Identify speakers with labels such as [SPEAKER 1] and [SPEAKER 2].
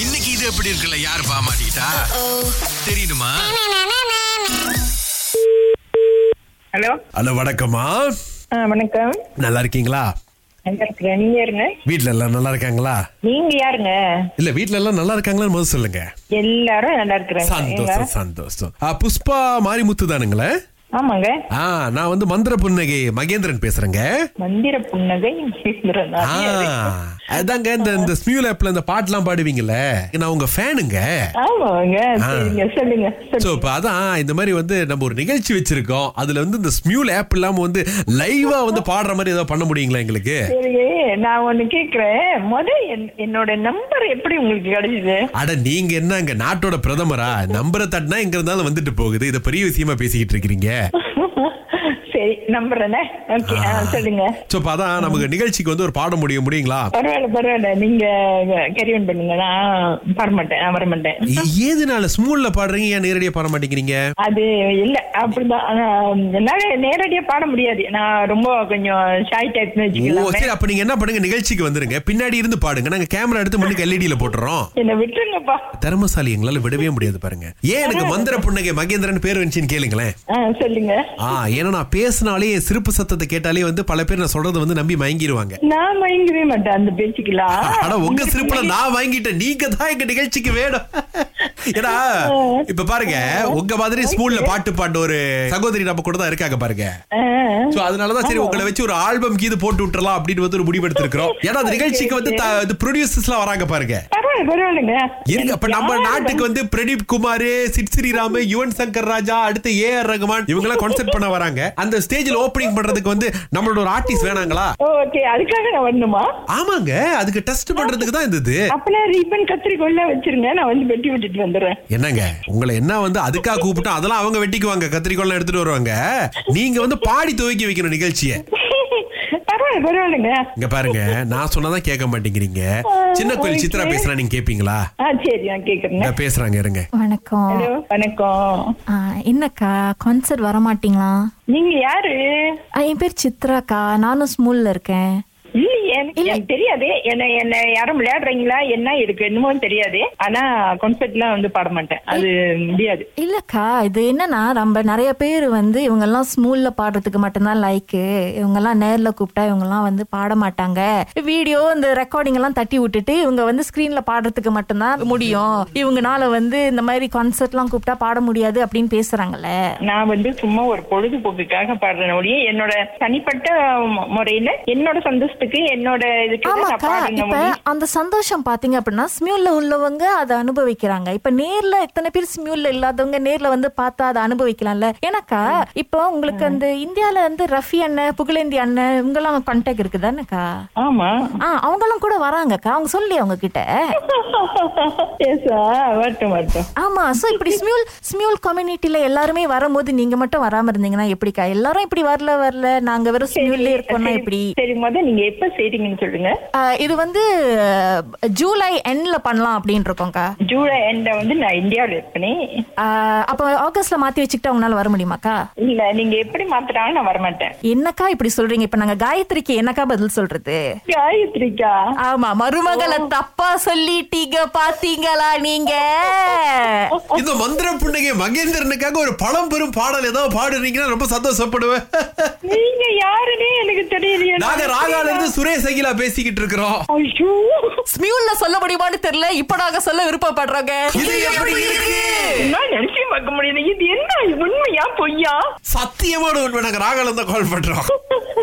[SPEAKER 1] இன்னைக்கு இது எப்படி இருக்குல்ல யார் பாமாட்டா தெரியுமா
[SPEAKER 2] ஹலோ
[SPEAKER 1] ஹலோ வணக்கம்மா
[SPEAKER 2] ஆ வணக்கம்
[SPEAKER 1] நல்லா இருக்கீங்களா
[SPEAKER 2] நல்லா இருக்கிறேன் நீங்க யாருங்க
[SPEAKER 1] வீட்ல எல்லாம் நல்லா இருக்காங்களா
[SPEAKER 2] நீங்க யாருங்க
[SPEAKER 1] இல்ல வீட்ல எல்லாம் நல்லா இருக்காங்களான்னு முதல்ல சொல்லுங்க
[SPEAKER 2] எல்லாரும் நல்லா இருக்கிறாங்க ஏங்க?
[SPEAKER 1] சந்தோஷம் சந்தோஷம் ஆ, புஷ்பா மாரிமுத்து தானுங்களே
[SPEAKER 2] ஆமாங்க
[SPEAKER 1] ஆ நான் வந்து மந்திர புன்னகை மகேந்திரன் பேசுறேங்க
[SPEAKER 2] மந்திர புன்னகை ஈஸ்வரன்.
[SPEAKER 1] ஆ, அதாங்க இந்த இந்த ஸ்மியூல் ஆப்ல இந்த பாட்டுலாம் பாடுவீங்கல்ல நான் உங்க ஃபேனுங்க
[SPEAKER 2] ஆமாங்க சரிங்க சொல்லுங்க
[SPEAKER 1] சோ
[SPEAKER 2] சொல்லுங்க
[SPEAKER 1] இப்போ அதான் இந்த மாதிரி வந்து நம்ம ஒரு நிகழ்ச்சி வச்சிருக்கோம் அதுல வந்து இந்த ஸ்மியூல் ஆப் இல்லாம வந்து லைவா வந்து பாடுற மாதிரி ஏதாவது பண்ண முடியுங்களா எங்களுக்கு
[SPEAKER 2] சரி நான் ஒண்ணு கேக்குறேன் முத என்- என்னோட நம்பர் எப்படி உங்களுக்கு கிடைச்சது
[SPEAKER 1] அட நீங்க என்னங்க நாட்டோட பிரதமரா நம்பரை தட்டினா எங்க இருந்தாலும் வந்துட்டு போகுது இத பெரிய விஷயமா பேசிக்கிட்டு இருக்கீங்க
[SPEAKER 2] சரி நம்பர் தானே ஓகே ஆ, சொல்லுங்க
[SPEAKER 1] சோ இப்போ அதான் நமக்கு நிகழ்ச்சிக்கு வந்து ஒரு பாட முடியும் முடியுங்களா
[SPEAKER 2] பரவாயில்ல பரவாயில்ல நீங்க கேரியன் பண்ணுங்க நான் வரமாட்டேன் நான் வரமாட்டேன்
[SPEAKER 1] ஏ- ஏதுனால ஸ்மூல்ல பாடுறீங்க ஏன் நேரடியா பாட மாட்டேங்கிறீங்க
[SPEAKER 2] அது இல்ல அப்படிதான் ஆனா, என்னால நேரடியா பாட முடியாது நான் ரொம்ப கொஞ்சம் ஷாய் டைப்னு
[SPEAKER 1] ஓ
[SPEAKER 2] வச்சுக்கலாமே
[SPEAKER 1] சரி அப்ப நீங்க என்ன பண்ணுங்க நிகழ்ச்சிக்கு வந்துருங்க பின்னாடி இருந்து பாடுங்க நாங்க கேமரா எடுத்து முன்னுக்கு LED ல போட்டுறோம்
[SPEAKER 2] என்ன விட்டுருங்கப்பா
[SPEAKER 1] தர்மசாலி எங்களால விடவே முடியாது பாருங்க ஏன் எனக்கு மந்திர புன்னகை மகேந்திரன் பேர் வந்துச்சுன்னு கேளுங்களேன்
[SPEAKER 2] ஆ, சொல்லுங்க
[SPEAKER 1] ஆ ஏன்னா நான் பேசினாலே என் சிரிப்பு சத்தத்தை கேட்டாலே வந்து பல பேர் நான் சொல்றதை வந்து நம்பி மயங்கிடுவாங்க
[SPEAKER 2] நான் மயங்கவே மாட்டேன் அந்த பேச்சுக்கெல்லாம்
[SPEAKER 1] ஆனா உங்க சிரிப்புல நான் வாங்கிட்டேன் நீங்க தான் எங்க நிகழ்ச்சிக்கு வேணும் ஏன்னா இப்ப பாருங்க உங்க மாதிரி ஸ்கூல்ல பாட்டு பாட்டு ஒரு சகோதரி நம்ம கூட தான் இருக்காங்க பாருங்க
[SPEAKER 2] ஆ,
[SPEAKER 1] சோ அதனாலதான் சரி உங்களை வச்சு ஒரு ஆல்பம் கீது போட்டு விட்டுறலாம் அப்படின்னு வந்து ஒரு முடிவெடுத்திருக்கிறோம் ஏன்னா அந்த நிகழ்ச்சிக்கு வந்து த- இது ப்ரொடியூசர்ஸ் எல்லாம் வராங்க பாருங்க
[SPEAKER 2] பரவாயில்ல பரவாயில்லைங்க
[SPEAKER 1] இருங்க அப்ப நம்ம
[SPEAKER 2] யாரு
[SPEAKER 1] நாட்டுக்கு
[SPEAKER 2] வந்து-
[SPEAKER 1] வந்து பிரதீப் குமார் சிட் ஸ்ரீராம் யுவன் சங்கர் ராஜா அடுத்து ஏ ஆர் ரகுமான் இவங்க எல்லாம் கான்செப்ட் பண்ண வராங்க அந்த ஸ்டேஜ்ல ஓபனிங் பண்றதுக்கு வந்து நம்மளோட ஒரு ஆர்டிஸ்ட் வேணாங்களா
[SPEAKER 2] ஓ, ஓகே அதுக்காக நான் வரணுமா
[SPEAKER 1] ஆமாங்க அதுக்கு டெஸ்ட் பண்றதுக்கு தான் இருந்தது
[SPEAKER 2] அப்பனா ரிப்பன் கத்திரிக்கோல்லாம் வச்சிருங்க நான் வந்து வெட்டி விட்டுட்டு வந்துடுறேன்
[SPEAKER 1] என்னங்க உங்களை என்ன வந்து அதுக்காக கூப்பிட்டா அதெல்லாம் அவங்க வெட்டிக்குவாங்க கத்திரிக்கோலாம் எடுத்துட்டு வருவாங்க நீங்க வந்து பாடி துவக்கி வைக்கணும் நிகழ்ச்சியை
[SPEAKER 2] பரவாயில்ல பரவாயில்லைங்க
[SPEAKER 1] இங்க பாருங்க நான் சொன்னாதான் கேட்க மாட்டேங்கிறீங்க சின்ன கோயில் சித்ரா பேசுறா நீங்க கேப்பீங்களா
[SPEAKER 2] ஆ சரி நான் கேக்குறேங்க
[SPEAKER 1] இந்த பேசுறாங்க இருங்க
[SPEAKER 3] வணக்கம்
[SPEAKER 2] ஹலோ வணக்கம்
[SPEAKER 3] ஆ, என்னக்கா கான்சர்ட் வர மாட்டீங்களா
[SPEAKER 2] நீங்க யாரு
[SPEAKER 3] ஆ, என் பேர் சித்ராக்கா நானும் ஸ்மூல்ல இருக்கேன்
[SPEAKER 2] இல்ல எனக்கு எனக்கு தெரியாது என்ன என்ன யாரும் விளையாடுறீங்களா என்ன இருக்கு என்னமோ தெரியாது ஆனா கான்செர்ட்லாம் வந்து பாட மாட்டேன் அது முடியாது
[SPEAKER 3] இல்லக்கா இது என்னன்னா நம்ம நிறைய பேர் வந்து இவங்கெல்லாம் ஸ்மூல்ல பாடுறதுக்கு மட்டும்தான் லைக்கு இவங்கெல்லாம் நேர்ல கூப்பிட்டா இவங்கெல்லாம் வந்து பாட மாட்டாங்க வீடியோ இந்த ரெக்கார்டிங் எல்லாம் தட்டி விட்டுட்டு இவங்க வந்து ஸ்கிரீன்ல பாடுறதுக்கு மட்டும்தான் முடியும் இவங்கனால வந்து இந்த மாதிரி கான்சர்ட்லாம் கூப்பிட்டா பாட முடியாது அப்படின்னு பேசுறாங்கல்ல
[SPEAKER 2] நான் வந்து சும்மா ஒரு பொழுதுபோக்குக்காக பாடுறேன் ஒழிய என்னோட தனிப்பட்ட மு- முறையில என்னோட சந்தோஷத்துக்கு என்னோட இதுக்கு தான் நான்
[SPEAKER 3] ஆமாக்கா
[SPEAKER 2] பாடுறேன்
[SPEAKER 3] இப்ப
[SPEAKER 2] ஒழிய-
[SPEAKER 3] அந்த சந்தோஷம் பாத்தீங்க அப்படின்னா ஸ்மியூல்ல உள்ளவங்க அதை அனுபவிக்கிறாங்க இப்ப நேர்ல எத்தனை பேர் ஸ்மியூல்ல இல்லாதவங்க நேர்ல வந்து பார்த்தா அதை அனுபவிக்கலாம்ல ஏன்னாக்கா இப்போ உங்களுக்கு அந்த இந்தியால வந்து ரஃபி அண்ணன் புகழேந்தி அண்ணன் இவங்கெல்லாம் கான்டாக்ட் இருக்குதானக்கா
[SPEAKER 2] ஆமா
[SPEAKER 3] ஆ அவங்களும் கூட வராங்கக்கா அவங்க சொல்லி அவங்க கிட்ட
[SPEAKER 2] பேசா வரட்டும் வரட்டும்
[SPEAKER 3] ஆமா சோ இப்படி ஸ்மியூல் ஸ்மியூல் கம்யூனிட்டில எல்லாருமே வரும்போது நீங்க மட்டும் வராம இருந்தீங்கன்னா எப்படிக்கா எல்லாரும் இப்படி வரல வரல நாங்க வெறும் ஸ்மியூல்ல இருக்கோம்னா எப்படி
[SPEAKER 2] சரி முத நீங்க எப்ப செய்றீங்கன்னு சொல்லுங்க
[SPEAKER 3] ஆ, இது வந்து அ, ஜூலை எண்ட்ல பண்ணலாம் அப்படின்னு இருக்கோம்க்கா
[SPEAKER 2] ஜூலை எண்ட வந்து நான் இந்தியாவுல இருப்பேனே
[SPEAKER 3] ஆஹ் அப்ப ஆகஸ்ட்ல மாத்தி வச்சுக்கிட்டு அவங்களால வர முடியுமாக்கா
[SPEAKER 2] இல்ல நீங்க எப்படி மாத்துறாலும் நான் வரமாட்டேன்
[SPEAKER 3] என்னக்கா இப்படி சொல்றீங்க இப்ப நாங்க காயத்ரிக்கு என்னக்கா பதில் சொல்றது
[SPEAKER 2] காயத்ரிக்கா
[SPEAKER 3] ஆமா மருமகளை தப்பா சொல்லிட்டீங்க பாத்தீங்களா நீங்க
[SPEAKER 1] இந்த மந்திர புன்னகை மகேந்திரனுக்காக ஒரு பழம்பெரும் பாடல் ஏதோ பாடுறீங்கன்னா ரொம்ப சந்தோஷப்படுவேன்
[SPEAKER 2] நீங்க யாருன்னே எனக்கு தெரியலையே
[SPEAKER 1] நாங்க ராகால இருந்து சுரேஷ் அகிலா பேசிக்கிட்டு இருக்கிறோம்
[SPEAKER 2] ஐயோ
[SPEAKER 3] ஸ்மியூல்ல சொல்ல முடியுமான்னு தெரியல இப்ப நாங்க சொல்ல விருப்பப்படுறோங்க
[SPEAKER 1] இது எப்படி இருக்கு
[SPEAKER 2] நான் நினைச்சு பார்க்க முடியல இது என்ன உண்மையா பொய்யா
[SPEAKER 1] சத்தியமான உண்மை நாங்க ராகல தான் கால் பண்றோம்